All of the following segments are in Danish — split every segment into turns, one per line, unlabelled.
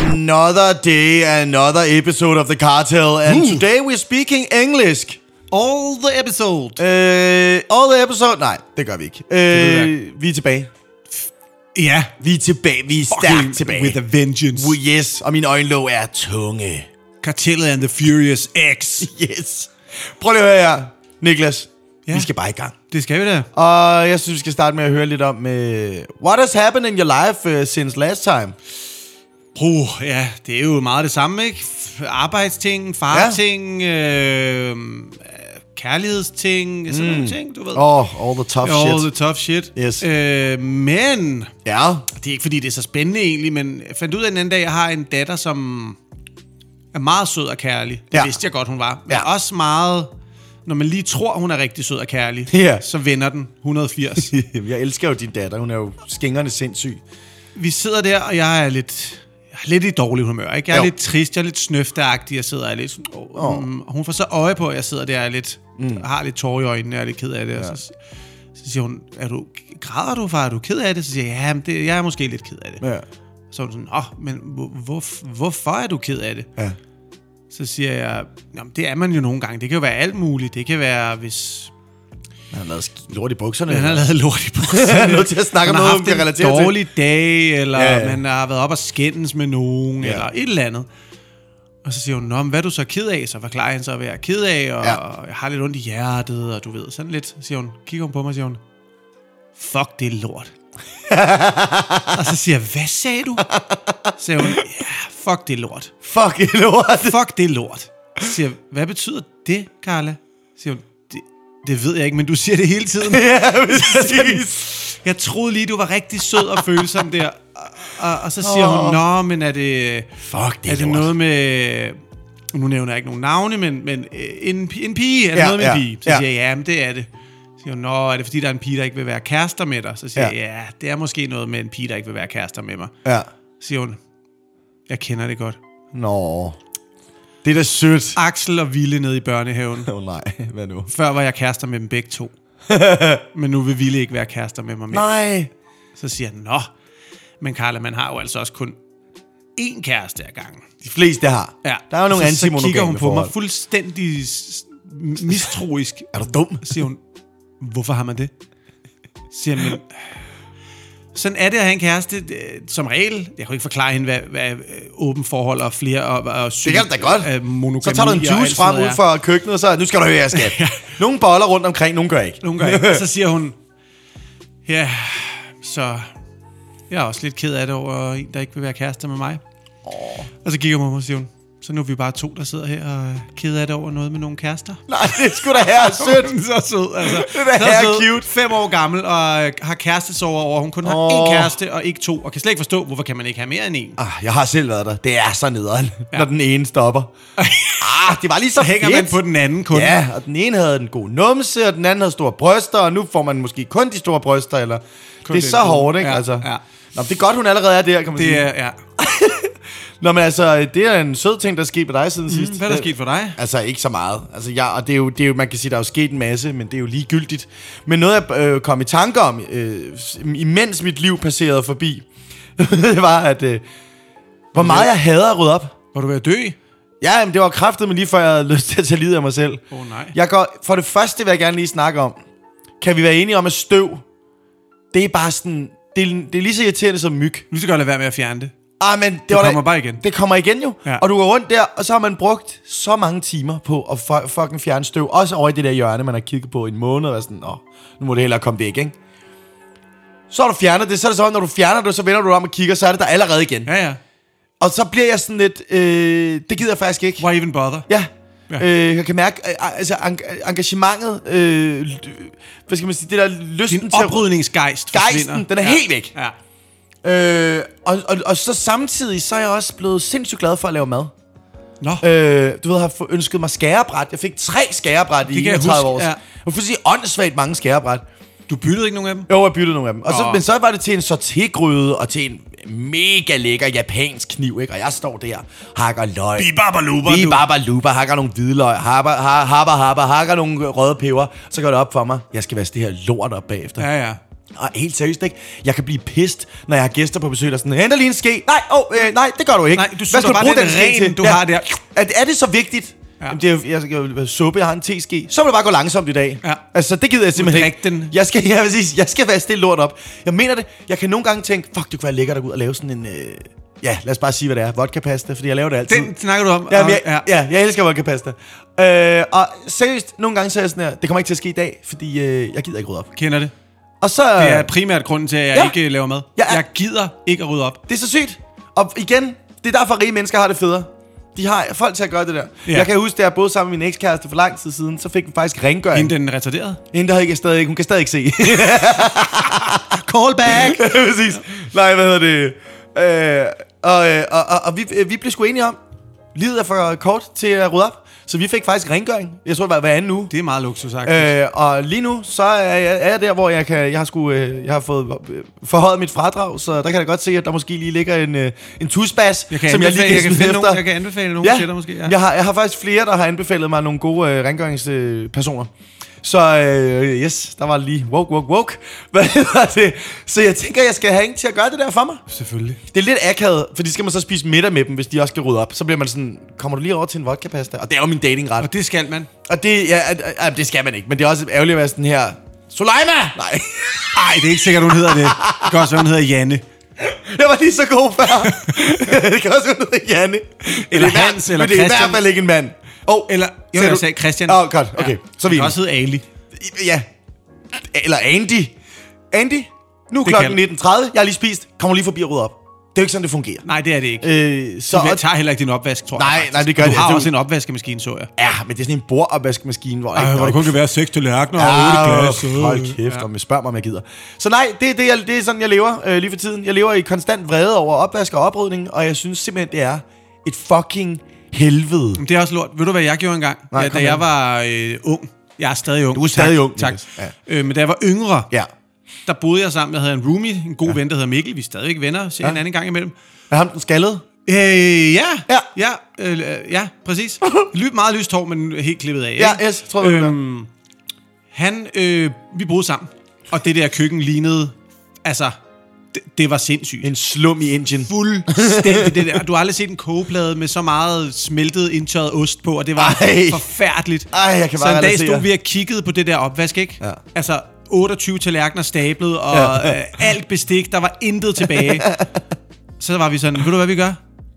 Another day, another episode of The Cartel, and
Woo.
today we're speaking English.
All the episode.
Øh, all the episode... Nej, det gør vi ikke.
ved jeg
Øh, vi er tilbage.
Ja.
Vi er tilbage. Vi er
Fucking
stærkt tilbage.
With a vengeance.
Oh, yes, og min øjenlåg er tunge.
Cartellet and the Furious X.
Yes. Prøv lige at høre her, Niklas. Ja.
Ja.
Vi skal bare i gang.
Det skal vi da.
Og jeg synes, vi skal starte med at høre lidt om, uh, what has happened in your life uh, since last time?
Puh, ja, det er jo meget det samme, ikke? F- Arbejdsting, farting, øh, øh, kærlighedsting, sådan mm. nogle ting, du ved.
Oh, all the tough
All
shit.
the tough shit.
Yes.
Øh, men,
Ja.
det er ikke fordi, det er så spændende egentlig, men jeg fandt ud af en anden dag, jeg har en datter, som er meget sød og kærlig. Det
Ja.
ja. vidste jeg godt, hun var. Men
Ja.
ja. også meget, når man lige tror, hun er rigtig sød og kærlig,
Ja.
så vender den 180.
jeg elsker jo din datter. Hun er jo skængerne sindssyg.
vi sidder der, og jeg er lidt, jeg er lidt i dårlig humør. Ikke? Jeg er
Jo.
jo. lidt trist, jeg er lidt snøfteagtig, jeg sidder og er lidt... sådan, Åh, mm, og hun får så øje på, at jeg sidder der og er lidt, mm. har lidt tårer i øjnene, og er lidt ked af det. Ja. Og så, så siger hun, er du, græder du, far? Er du ked af det? Så siger jeg, ja, men det, jeg er måske lidt ked af det.
Ja.
Så er hun sådan, åh, men hvor, hvor, hvorfor er du ked af det?
Ja.
Så siger jeg, jamen det er man jo nogle gange. Det kan jo være alt muligt. Det kan være, hvis
Han har lavet sk- lort i bukserne.
man har lavet lort i
Jeg er
bukserne.
nødt til at snakke om
man har
noget,
haft
vi kan
en
relatere til.
dårlig dag, eller
Ja,
ja,
ja.
ja. man har været op og skændes med nogen,
Ja.
ja. eller et eller andet. Og så siger hun, Nå, men hvad er du så ked af? Så forklarer han så, hvad jeg er ked af, og,
Ja.
ja. og jeg har lidt ondt i hjertet, og du ved, sådan lidt, siger hun. Kigger hun på mig, siger hun, fuck, det er lort. og så siger jeg, hvad sagde du? Så siger hun, ja, fuck, det er lort.
Fuck it, lort.
Fuck, det er lort. Så siger jeg, hvad betyder det, Carla? Så Siger hun, det, det ved jeg ikke, men du siger det hele tiden.
ja, præcis.
Jeg troede lige, du var rigtig sød og følsom der. Og, og, og så siger oh. hun, nå, men er det,
Fuck, det er,
er det
lort.
noget med... Nu nævner jeg ikke nogen navne, men, men øh, en, pi- en pige, er det
Ja,
ja, noget med
ja,
en pige? Så
ja.
siger jeg, ja, men det er det. Så siger hun, nå, er det fordi, der er en pige, der ikke vil være kærester med dig? Så siger
Ja.
ja. jeg, ja, det er måske noget med en pige, der ikke vil være kærester med mig.
Ja.
Så siger hun, jeg kender det godt.
Nå. Det er da sødt.
Axel og Ville nede i børnehaven.
Åh oh, nej, hvad nu?
Før var jeg kærester med dem begge to. men nu vil Ville ikke være kærester med mig mere.
Nej.
Så siger han, nå, men Carla, man har jo altså også kun én kæreste ad gangen.
De fleste har. Der er jo nogle
så, så kigger hun
antimonogame
på mig
forhold.
fuldstændig s- mistroisk.
Er du dum?
Så siger hun, hvorfor har man det? Så Siger han, men, sådan er det at have en kæreste, øh, som regel. Jeg kan ikke forklare hende, hvad, hvad øh, åben forhold og flere og, og øh,
Det kan du da godt.
monogami
Så tager du en
og alt
juice
sådan
frem
noget
ud
er.
fra køkkenet, og så nu skal du høre, skat. Nogle boller rundt omkring, nogle gør ikke.
Nogle gange. ikke. Så siger hun, ja, så jeg er også lidt ked af det over en, der ikke vil være kærester med mig. Oh. Og så kigger hun på mig og siger hun, så nu er vi bare to, der sidder her og er ked af det over noget med nogle kærester.
Nej, det er sgu da her sødt.
Hun er så sød, altså.
Det er da
så
herre cute.
Fem år gammel og øh, har kærestesover over. Hun kun har
Åh.
oh. én kæreste og ikke to. Og kan slet ikke forstå, hvorfor kan man ikke have mere end en.
Ah, jeg har selv været der. Det er så nederen, ja. når den ene stopper. ah, det var lige så
Hænger
fedt.
man på den anden kun?
Ja, og den ene havde en god numse, og den anden havde store bryster, og nu får man måske kun de store bryster, eller... det er
den
så
gode.
hårdt, ikke?
Ja,
altså.
ja.
Nå, men det er godt, hun allerede er der, kan man
Det
sige.
er, ja.
Nå, men altså, det er en sød ting, der er sket med dig siden mm, sidst.
Hvad er der sket for dig?
Altså, ikke så meget. Altså, jeg, og det er, jo, det er jo, man kan sige, der er jo sket en masse, men det er jo ligegyldigt. Men noget, jeg øh, kom i tanke om, øh, s- imens mit liv passerede forbi, det var, at øh, hvor meget jeg hader at rydde op.
Var du ved at dø?
Ja, jamen, det var kraftet, men lige før jeg havde lyst til at tage livet af mig selv.
Åh, nej.
Jeg går, for det første vil jeg gerne lige snakke om, kan vi være enige om, at støv, det er bare sådan, det er, det er lige så irriterende som myg.
Nu skal jeg lade være med at fjerne det.
Ah, men det, det var da-
kommer bare igen.
Det kommer igen jo. Ja.
Ja.
Og du går rundt der, og så har man brugt så mange timer på at fu- fucking fjerne støv. Også over i det der hjørne, man har kigget på i en måned, og sådan, åh, nu må det hellere komme væk, ikke? Så har du fjernet det, så er det sådan, når du fjerner det, så vender du dig om og kigger, så er det der allerede igen. Ja.
Ja, ja.
Og så bliver jeg sådan lidt, øh, det gider jeg faktisk ikke.
Why even bother?
Ja.
Ja.
Øh, jeg kan mærke, øh, altså en- engagementet, øh, l- hvad skal man sige, det der lysten
Din
til at
oprydningsgejst
Gejsten,
forsvinder.
den er
ja.
helt væk.
Ja.
Øh, og, og, og så samtidig, så er jeg også blevet sindssygt glad for at lave mad.
Nå,
Øh, du ved, har få- ønsket mig skærebræt. Jeg fik tre skærebræt i
Det kan jeg
31
huske,
år.
ja.
Og fuldstændig åndssvagt mange skærebræt.
du byttede ikke nogen af dem?
Jo, jeg byttede nogle af dem. Og så,
Nå.
men så var det til en sautégryde og til en mega lækker japansk kniv, ikke? Og jeg står der, hakker løg.
Bibabaluba,
Bi
du.
baba luba, hakker nogle hvidløg, hakker, har- hakker, hakker, hakker nogle røde peber. Så går det op for mig, jeg skal vaske det her lort op bagefter.
Ja, ja.
Og helt seriøst, ikke? Jeg kan blive pist, når jeg har gæster på besøg, der sådan, henter lige en ske. Nej, oh, øh, nej, det gør du ikke.
Nej, du sutter bare den ren, du har der.
Er, er det så vigtigt?
Ja.
Ja. Jamen, det er, jo- jeg skal jo være suppe, jeg har en teske. Så må det bare gå langsomt i dag.
Ja.
Altså, det gider jeg simpelthen
drikke den.
Jeg skal, ja, præcis, jeg skal vaske det lort op. Jeg mener det. Jeg kan nogle gange tænke, fuck, det kunne være lækkert at gå ud og lave sådan en... Øh, ja, lad os bare sige, hvad det er. Vodka-pasta, fordi jeg laver det altid.
Den snakker du om.
Ja,
og-
men jeg, ja. jeg elsker vodka-pasta. Øh, og seriøst, nogle gange så er jeg sådan her, det kommer ikke til at ske i dag, fordi øh, jeg gider ikke rydde op.
Kender det.
Og så...
Det er primært grunden til, at jeg
Ja.
ikke laver mad.
Ja.
Jeg gider ikke at rydde op.
Det er så sygt. Og igen, det er derfor, rige mennesker har det federe. De har folk til at gøre det der.
Ja.
Ja. Jeg kan huske, da jeg boede sammen med min ekskæreste for lang tid siden, så fik vi faktisk rengøring.
Inden
Hende,
den er retarderet.
Hende der har ikke stadig, hun kan stadig ikke se.
Callback!
Præcis. Nej, hvad hedder det? Øh, og, øh, og, og, og vi, øh, vi blev sgu enige om, livet er for kort til at rydde op. Så vi fik faktisk rengøring. Jeg tror, det var hver anden uge.
Det er meget luksus, sagt. Øh.
Øh, og lige nu, så er jeg, er jeg der, hvor jeg, kan, jeg, har sgu, øh, jeg har fået øh, forhøjet mit fradrag, så der kan jeg da godt se, at der måske lige ligger en, øh, en tusbas,
Jeg kan,
som jeg lige
anbefale,
kan,
jeg, kan
smide
finde
efter.
nogen, jeg kan anbefale nogen ja. til dig måske. Ja.
Jeg, har, jeg har faktisk flere, der har anbefalet mig nogle gode øh, rengøringspersoner. Øh, personer. så øh, yes, der var lige woke, woke, woke. Hvad hedder det? Så jeg tænker, jeg skal have en til at gøre det der for mig.
Selvfølgelig.
Det er lidt akavet, for de skal man så spise middag med dem, hvis de også skal rydde op. Så bliver man sådan, kommer du lige over til en vodka-pasta? Og det er jo min datingret.
Og det skal man.
Og det, ja, at- at- at det skal man ikke, men det er også ærgerligt at være sådan her... Suleima! Nej,
Nej, det er ikke sikkert, hun hedder det. Det kan også være, hun hedder Janne.
jeg var lige så god før. det kan også være noget Janne.
Eller
Men det er i
Hans,
hver-
eller
Men det er i
Christian.
hvert fald ikke en mand.
Oh, eller, jo,
Sagde
jeg
du-
sagde Christian.
Åh, godt, okay. Så er vi
Det kan
enige.
også hedde Ali.
Ja. Eller Andy. Andy, nu er
Det
klokken
kan-
19.30, jeg har lige spist. Kommer lige forbi og rydder op. Det er jo ikke sådan, det fungerer.
Nej, det er det ikke.
Øh, så,
Jeg tager heller ikke din opvask, tror
Nej,
jeg. faktisk.
nej, det gør
du
det. altså
har
Det-
også en opvaskemaskine, så jeg.
ja, men det er sådan en bordopvaskemaskine, hvor der ikke- der er
kan være seks tallerkener
Ah, Hold kæft, om jeg spørger mig, om jeg gider. Så nej, det er, det, jeg, det er sådan, jeg lever øh, lige for tiden. Jeg lever i konstant vrede over opvask og oprydning, og jeg synes simpelthen, det er et fucking helvede.
Det er også lort. Ved du, hvad jeg gjorde engang?
Nej,
ja,
kom
da jeg var øh, ung. Jeg er stadig ung. Du
er stadig
tak,
ung,
Tak.
Niklas.
Ja.
Ja.
Øh, men da jeg var yngre,
Ja.
der boede jeg sammen. Jeg havde en roomie, en god ja. ven, der hedder Mikkel. Vi er stadigvæk venner. Ser ja. hinanden en gang imellem.
Er ham den skaldede?
Øh, ja.
Ja.
Ja, øh, ja præcis. Ly, meget lyst hår, men helt klippet af.
Ja,
ikke? Øh.
yes, tror jeg, øhm,
Han, øh, vi boede sammen. Og det der køkken lignede... Altså, det, det var sindssygt.
En slum i Indien.
Fuldstændig det der. Du har aldrig set en kogeplade med så meget smeltet indtørret ost på, og det var Ej.
Ej.
forfærdeligt.
Ej, jeg kan
så en
bare
dag
relatere.
stod vi og kiggede på det der opvask, ikke?
Ja.
Altså 28 tallerkener stablet, og
Ja.
øh, alt bestik, der var intet tilbage. så var vi sådan, ved du hvad vi gør?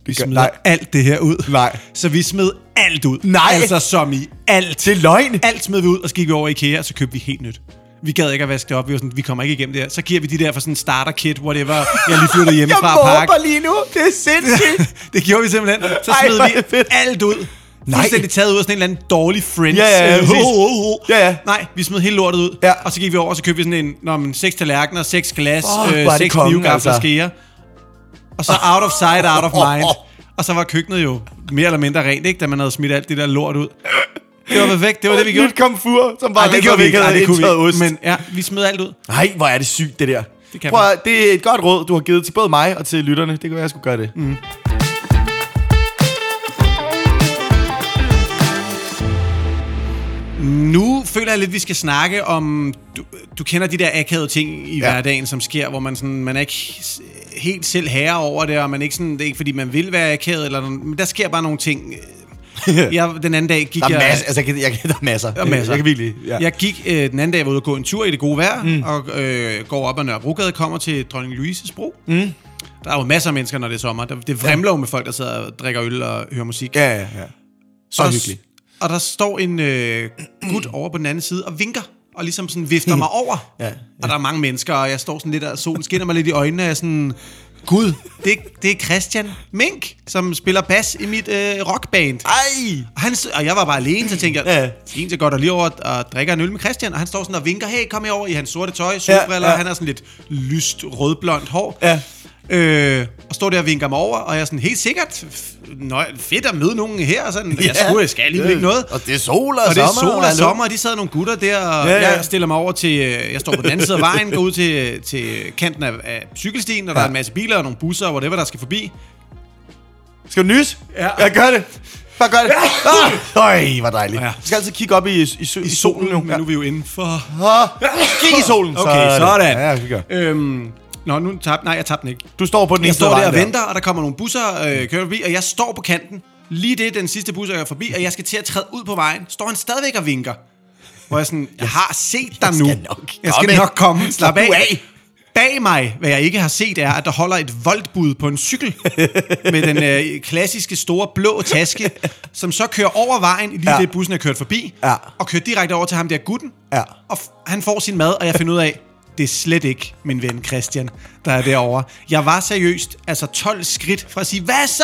Vi
gør-
smider
nej.
alt det her ud.
Nej.
Så vi smed alt ud.
Nej.
Altså som i alt.
Det er løgn.
Alt smed vi ud, og så gik vi over i IKEA, og så købte vi helt nyt. Vi gad ikke at vaske det op. Vi var sådan, vi kommer ikke igennem det her. Så giver vi de der for sådan en starter kit, whatever. Jeg lige flyttet
Jeg
hjemmefra pakke.
råber lige nu. Det er sindssygt.
det gjorde vi simpelthen. Så
Ej,
smed
hvor er
vi
det fedt.
alt ud.
Nej.
Fuldstændig taget ud af sådan en eller anden dårlig Friends.
Ja, ja, ja,
øh,
præcis.
ho, ho, ho.
Ja, ja.
Nej, vi smed hele lortet ud.
Ja.
Og så gik vi over, og så købte vi sådan en, nå, men, seks tallerkener, seks glas,
Fuck,
øh,
hvor er det
seks
kongen,
knivgafler, altså.
altså.
skeer. Og så out of sight, out of mind. Og så var køkkenet jo mere eller mindre rent, ikke, da man havde smidt alt det der lort ud. Det var væk, det var det, vi gjorde.
Nyt komfur, som bare
Nej, det gjorde vi ikke. Ej, det kunne vi ikke.
Ost.
Men ja, vi smed alt ud.
Nej, hvor er det sygt, det der.
Det kan
Prøv, at- det er et godt råd, du har givet til både mig og til lytterne. Det kan være, jeg skulle gøre det. Mm.
Nu føler jeg lidt, at vi skal snakke om... Du, du kender de der akavede ting i ja.
Ja.
hverdagen, som sker, hvor man, sådan, man er ikke s- helt selv herre over det, og man er ikke sådan, det er ikke fordi, man vil være akavet, eller, nogen- men der sker bare nogle ting. Jeg, den anden dag gik
Der er
jeg...
masser. Altså, jeg, kan- jeg, kan- der er masser.
Der er masser.
Jeg kan virkelig... Ja.
Jeg gik øh, den anden dag, jeg var ude og gå en tur i det gode vejr, mm. og øh, går op ad Nørrebrogade, kommer til Dronning Louise's Bro. Mm. Der er jo masser af mennesker, når det er sommer. Der- Det vrimler jo med folk, der sidder og drikker øl og hører musik.
ja, ja, ja. Så
og, der-
hyggeligt.
Og der står en øh, gut over på den anden side og vinker, og ligesom sådan vifter mig over.
Ja, ja.
Og der er mange mennesker, og jeg står sådan lidt, og solen skinner mig lidt i øjnene, og jeg er sådan, Gud, det, det er Christian Mink, som spiller bas i mit øh, rockband.
Ej!
Og, han, s- og jeg var bare alene, så tænkte jeg,
Ja.
fint, jeg går der lige over og drikker en øl med Christian, og han står sådan og vinker, hey, kom herover i hans sorte tøj, solbriller, ja,
Ja,
ja.
ja.
han har sådan lidt lyst rødblondt hår.
Ja.
Øh, og står der og vinker mig over, og jeg er sådan helt sikkert, f- nøj, fedt at møde nogen her, og sådan, jeg skulle, jeg skal alligevel ikke noget.
Og det er sol og,
Og det er
sommer.
sol og
hallo.
sommer, og de sad nogle gutter der, og
Ja,
ja,
ja.
ja. jeg stiller mig over til, øh, jeg står på den anden side af vejen, går ud til, til kanten af, af cykelstien, og der
Ja.
er en masse biler og nogle busser og whatever, der skal forbi.
Skal du nys?
Ja.
Jeg gør det. Bare gør det. Ah! Ja. Øj, hvor dejligt.
Ja.
Du skal altid kigge op i, i, i, sø- i solen nu.
men nu er vi jo indenfor.
Ah, Kig i solen.
Okay, sådan.
Ja, vi gør.
Øhm, nå, nu tabte, nej, jeg tabte den ikke.
Du står på den
Jeg
ene
står
vej
der og venter, og der kommer nogle busser øh, kører forbi, og jeg står på kanten. Lige det, den sidste bus, jeg er forbi, og jeg skal til at træde ud på vejen. Står han stadigvæk og vinker. Hvor jeg sådan, jeg har set dig nu.
skal nok
jeg
komme.
skal nok komme. Slap
Slap
af.
nu af.
Bag mig, hvad jeg ikke har set, er, at der holder et voldbud på en cykel med den øh, klassiske store blå taske, som så kører over vejen, lige
Ja.
ja. det bussen er kørt forbi,
Ja.
og kører direkte over til ham der gutten.
Ja.
Og f- han får sin mad, og jeg finder ud af, det er slet ikke min ven Christian, der er derovre. Jeg var seriøst, altså 12 skridt fra at sige, hvad så?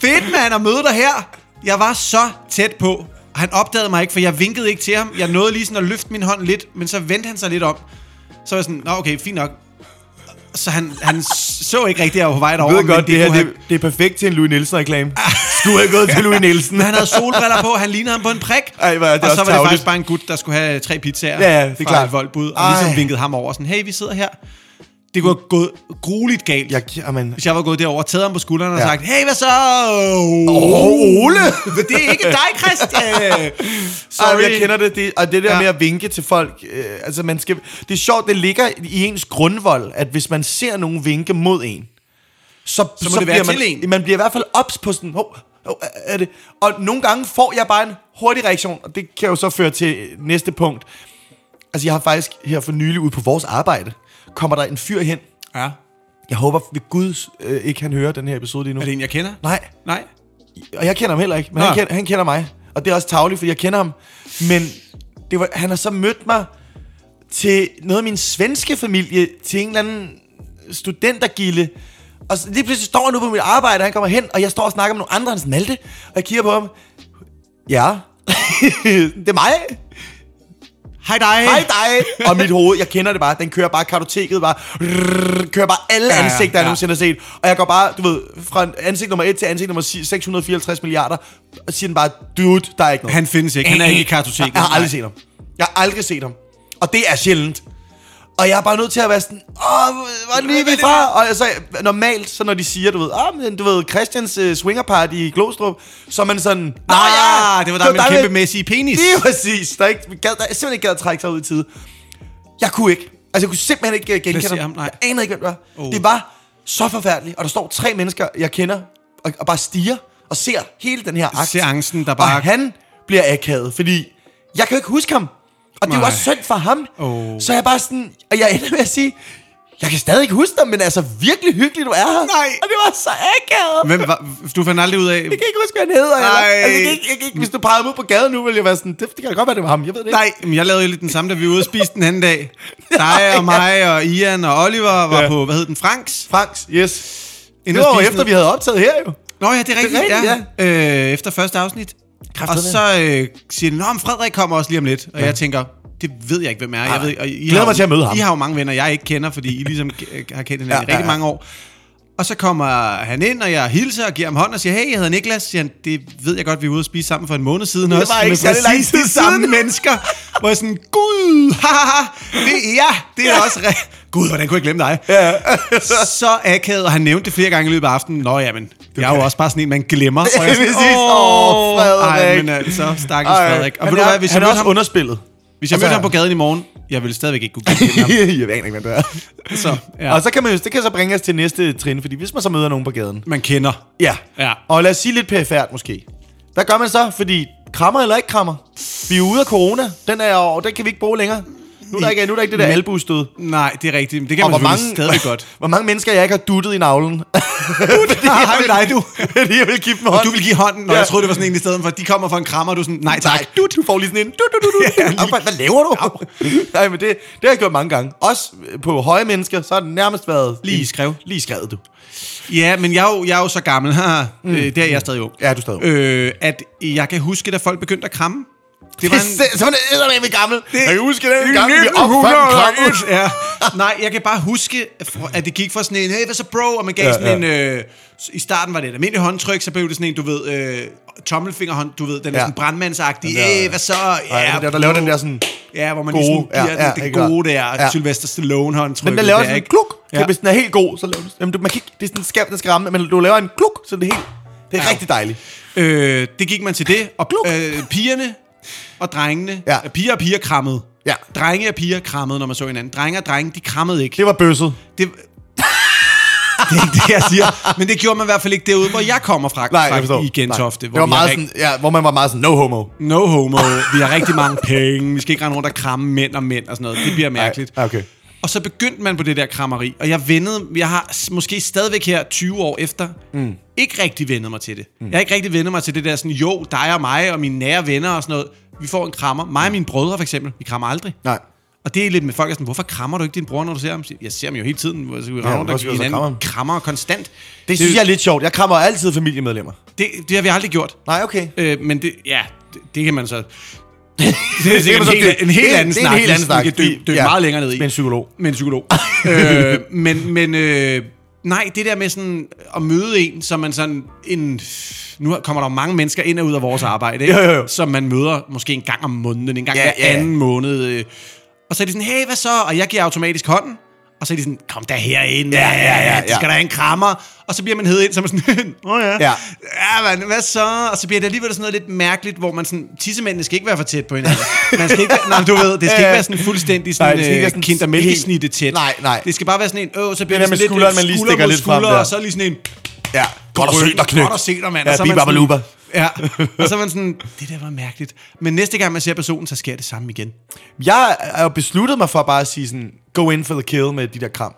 Fedt mand at møde dig her. Jeg var så tæt på. Han opdagede mig ikke, for jeg vinkede ikke til ham. Jeg nåede lige sådan at løfte min hånd lidt, men så vendte han sig lidt om. Så var jeg sådan, nå okay, fint nok. Så han, han så ikke rigtigt, at jeg var på vej
Jeg
derovre.
ved godt, det,
men
Ah. her
kunne han-
det, det er perfekt til en Louis Nielsen-reklame. Skulle have gået til Louis Nielsen.
Men han havde solbriller på, han lignede ham på en prik.
Ej, hvor er det
og så
også
var det
tarveligt.
faktisk bare en gut, der skulle have tre pizzaer
Ja, ja, det er
fra
klart.
et voldbud, og
Ej.
ligesom vinkede ham over sådan, hey, vi sidder her. Det kunne have gået grueligt galt, jeg...
Jeg, jamen,
hvis jeg var gået derover og taget ham på skulderen og
Ja. Oh.
ja. sagt, hey, hvad så?
Åh, Ole!
Men det er ikke dig, Christian!
Sorry.
Sorry.
jeg kender det, det. Og det der ja.
Ja.
med at vinke til folk. Øh, altså man skal, det er sjovt, det ligger i ens grundvold, at hvis man ser nogen vinke mod en, så, så,
må det være
bliver man,
til en.
man bliver i hvert fald ops på sådan, hov, hov, er det? Og nogle gange får jeg bare en hurtig reaktion, og det kan jo så føre til næste punkt. Altså jeg har faktisk her for nylig ude på vores arbejde, kommer der en fyr hen.
Ja.
Jeg håber ved Gud øh, ikke, han hører den her episode lige nu.
Er det en, jeg kender?
Nej,
Nej.
og jeg kender ham heller ikke, men
Nå.
han kender, han kender mig. Og det er også tavligt, fordi jeg kender ham. Men det var, han har så mødt mig til noget af min svenske familie, til en eller anden studentergilde. Og så lige pludselig står han ude på mit arbejde, og han kommer hen, og jeg står og snakker med nogle andre, hans Malte, og jeg kigger på ham. Ja, det er mig.
Hej dig!
Hej dig. og mit hoved, jeg kender det bare, den kører bare, kartoteket bare, rrr, kører bare alle
Ja, ja,
ansigter, jeg
ja.
nogensinde har set. Og jeg går bare, du ved, fra ansigt nummer 1 til ansigt nummer 654 milliarder, og siger den bare, dude, der er ikke noget.
Han findes ikke. Han er ikke i kartoteket.
Jeg har aldrig
Nej.
set ham. Jeg har aldrig set ham. Og det er sjældent. Og jeg er bare nødt til at være sådan, åh, hvor er det lige vi er fra? Og så normalt, så når de siger, du ved, ah, men du ved, Christians uh, swingerparty i Glostrup, så er man sådan, nej,
Ah, det var der med den kæmpemæssige penis.
Lige præcis. Der er, ikke, gad, der er simpelthen ikke gad at trække sig ud i tide. Jeg kunne ikke. Altså, jeg kunne simpelthen ikke øh, genkende
Placere
ham.
ham, nej.
Jeg anede ikke, hvem det var. Oh.
Oh.
Det var så forfærdeligt. Og der står tre mennesker, jeg kender, og, og bare stiger og ser hele den her akt.
Seancen, der bare-
Og han bliver akavet, fordi jeg kan jo ikke huske ham. Og det er jo
Nej.
også synd for ham.
Oh.
Så jeg er bare sådan... Og jeg ender med at sige... Jeg kan stadig ikke huske dig, men altså virkelig hyggeligt, du er her.
Nej.
Og det var så akavet.
Hvem var, du fandt aldrig ud af...
Jeg kan ikke huske, hvad han hedder. eller-
Nej.
Altså, jeg kan ikke, jeg kan ikke, hvis du pegede mig ud på gaden nu, ville jeg være sådan, det, det kan da godt være, det var ham. Jeg ved det ikke.
Nej, men jeg lavede jo lidt den samme, da vi var ude og spise den anden dag. Dig og mig og Ian og Oliver var
Ja.
ja. på, hvad hed den, Franks?
Franks, yes.
Inde
Det var
at
jo
spise
efter,
noget.
vi havde optaget her jo.
Nå ja, det er rigtigt, det er
rigtigt,
rigtigt ja. Øh, efter første afsnit.
Kraftedeme.
Og så øh, siger de, Nå, men Frederik kommer også lige om lidt. Og ja. jeg tænker, det ved jeg ikke, hvem er. Jeg ved, og I
Ah, Glæder
har jo-
mig til at møde ham.
I har jo mange venner, jeg ikke kender, fordi I ligesom øh, har kendt hinanden ja,
Ja,
i
ja,
rigtig
ja.
ja. mange år. Og så kommer han ind, og jeg hilser og giver ham hånd og siger, hey, jeg hedder Niklas. Siger han, det ved jeg godt, vi var ude og spise sammen for en måned siden også.
var ikke
med
særlig lang
præcis
tid
de samme
siden."
mennesker. Hvor jeg sådan, gud, haha, det er jeg. Det er også re- Gud, hvordan kunne jeg glemme dig? Ja. så akavet, og han nævnte det flere gange i løbet af aftenen. Nå, jamen, jeg er jo også bare sådan en, man glemmer. Og jeg er sådan,
Præcis. Åh, Frederik.
Ej, men altså, stakkels
Ej,
Frederik. Og
han
ved du
er-
hvad, hvis jeg
han er
mødte
også
ham,
underspillet.
hvis jeg
altså-
mødte ham på gaden i morgen, jeg ville stadigvæk ikke kunne genkende ham.
jeg ved ikke, hvem det er.
Så,
Ja.
ja.
Og så kan man, jo- det kan så bringe os til næste trin, fordi hvis man så møder nogen på gaden.
Man kender.
Ja.
Ja.
Og lad os sige lidt perifært måske. Hvad gør man så? Fordi krammer eller ikke krammer? Vi er ude af corona. Den, er, og den kan vi ikke bruge længere. Nu er der ikke, nu er der ikke det der albuestød.
Nej, det er rigtigt. Men det kan
Og
man
hvor
selvfølgelig
mange,
stadigvæk godt.
hvor mange mennesker, jeg ikke har duttet i navlen.
Hej med dig, du.
Fordi jeg vil give dem hånd.
Du vil give hånden, og
Ja.
jeg troede, det var sådan en i stedet for, at de kommer fra en krammer, og du er sådan, nej tak.
Nej, du, du får lige sådan en... Du, du, du, du.
Ja,
Ja, hvad, hvad laver du? Nej, men det, det har jeg gjort mange gange. Også øh, på høje mennesker, så har det nærmest været...
Lige skrev.
Lige skrevet, du.
Ja, men jeg er jo, jeg er jo så gammel, haha. Øh, det er jeg stadig ung.
Ja, du Mm. er stadig ung.
Øh, at jeg kan huske, da folk begyndte at kramme.
Det
Det var
var
en-
en... Sådan er med gammel. Det... Jeg husker den gang, vi opfandt
1901.
krammet.
Ja. Nej, jeg kan bare huske, at det gik fra sådan en, hey, hvad så bro, og man gav ja,
Ja,
sådan ja. en, øh, i starten var det et almindeligt håndtryk, så blev det sådan en, du ved, øh, tommelfingerhånd, du ved, den er
Ja.
sådan brandmandsagtig,
Den der-
hey, hvad så, ja,
Ja, den der, der laver
bro."
den der sådan...
Ja, hvor man
gode.
ligesom giver
Ja,
ja,
ja,
det, det
ikke klart.
gode der, ja.
Ja.
Sylvester Stallone håndtryk.
Den der laver sådan en kluk.
Ja.
Ja. Hvis den er helt god, så laver du... Jamen, du man kan ikke, det er sådan en skab, den skal ramme, men du laver en kluk, så det er helt... Det er
Ja.
ja. rigtig dejligt.
Øh, det gik man til det, og
Gluk.
øh, pigerne og drengene,
Ja.
piger og piger krammede.
Ja.
Drenge og piger krammede, når man så hinanden. Drenge og drenge, de krammede ikke.
Det var bøsset.
Det, det er ikke det, jeg siger. Men det gjorde man i hvert fald ikke derude, hvor jeg kommer fra.
Nej,
fra,
jeg forstår.
I Gentofte.
Nej. Det var
vi
meget
har
sådan, ja, hvor man var meget sådan, no homo.
rigt- No homo. Vi har rigtig mange penge. Vi skal ikke rende rundt og kramme mænd og mænd og sådan noget. Det bliver mærkeligt.
Ej, okay.
Og så begyndte man på det der krammeri. Og jeg vendede, jeg har s- måske stadigvæk her 20 år efter, mm. ikke rigtig vendet mig til det. Mm. Jeg har ikke rigtig vendet mig til det der sådan, jo, dig og mig og mine nære venner og sådan noget. Vi får en krammer. Mig og mine brødre for eksempel, vi krammer aldrig.
Nej.
Og det er lidt med folk, der er sådan, hvorfor krammer du ikke din bror, når du ser ham? Jeg ser ham jo hele tiden, hvor så vi ja, rundt
hvorfor
og
skal vi så
hinanden krammer.
kramme
konstant.
Det synes jeg er lidt sjovt. Jeg krammer altid familiemedlemmer.
Det, det har vi aldrig gjort.
Nej, okay.
Øh, men det, ja, det, det kan man så... det er sikkert
man
en,
så
helt,
dykke-
en helt
det er-
anden
det er en
snak.
helt anden
vi sådan
snak.
kan dykke dyk
Ja.
meget længere ned i.
Med en psykolog.
Med en psykolog. øh, men men øh, nej, det der med sådan at møde en, som man sådan... En, nu kommer der jo mange mennesker ind og ud af vores arbejde, ikke?
Jo, jo, jo.
som man møder måske en gang om måneden, en gang
Ja,
hver
ja, ja.
anden måned. Øh, og så er de sådan, hey, hvad så? Og jeg giver automatisk hånden. Og så er de sådan, kom da herind, ja, ja, ja, ja. du skal da have en krammer. Og så bliver man hed ind, som sådan, åh oh, ja,
Ja.
ja man, hvad så? Og så bliver det alligevel sådan noget lidt mærkeligt, hvor man sådan, tissemændene skal ikke være for tæt på hinanden. Man skal ikke, nej, men du ved, det skal ikke være sådan fuldstændig sådan,
Nej, det skal ikke
nej,
være
sådan
sådan
kindermælkesnitte tæt.
øh, Nej, nej.
Det skal bare være sådan en, åh, så bliver
Det
det,
der med
sådan lidt
skulderen, man lige
skulder
stikker
mod
lidt frem
skulder,
der.
og så lige sådan en,
Ja. Godt at se dig, knæk.
Godt at se dig, mand.
Ja,
Og så er man sådan-
bibabaluba.
Ja, og så er man sådan, det der var mærkeligt. Men næste gang, man ser personen, så sker det samme igen.
Jeg har jo besluttet mig for bare at sige sådan, go in for the kill med de der kram.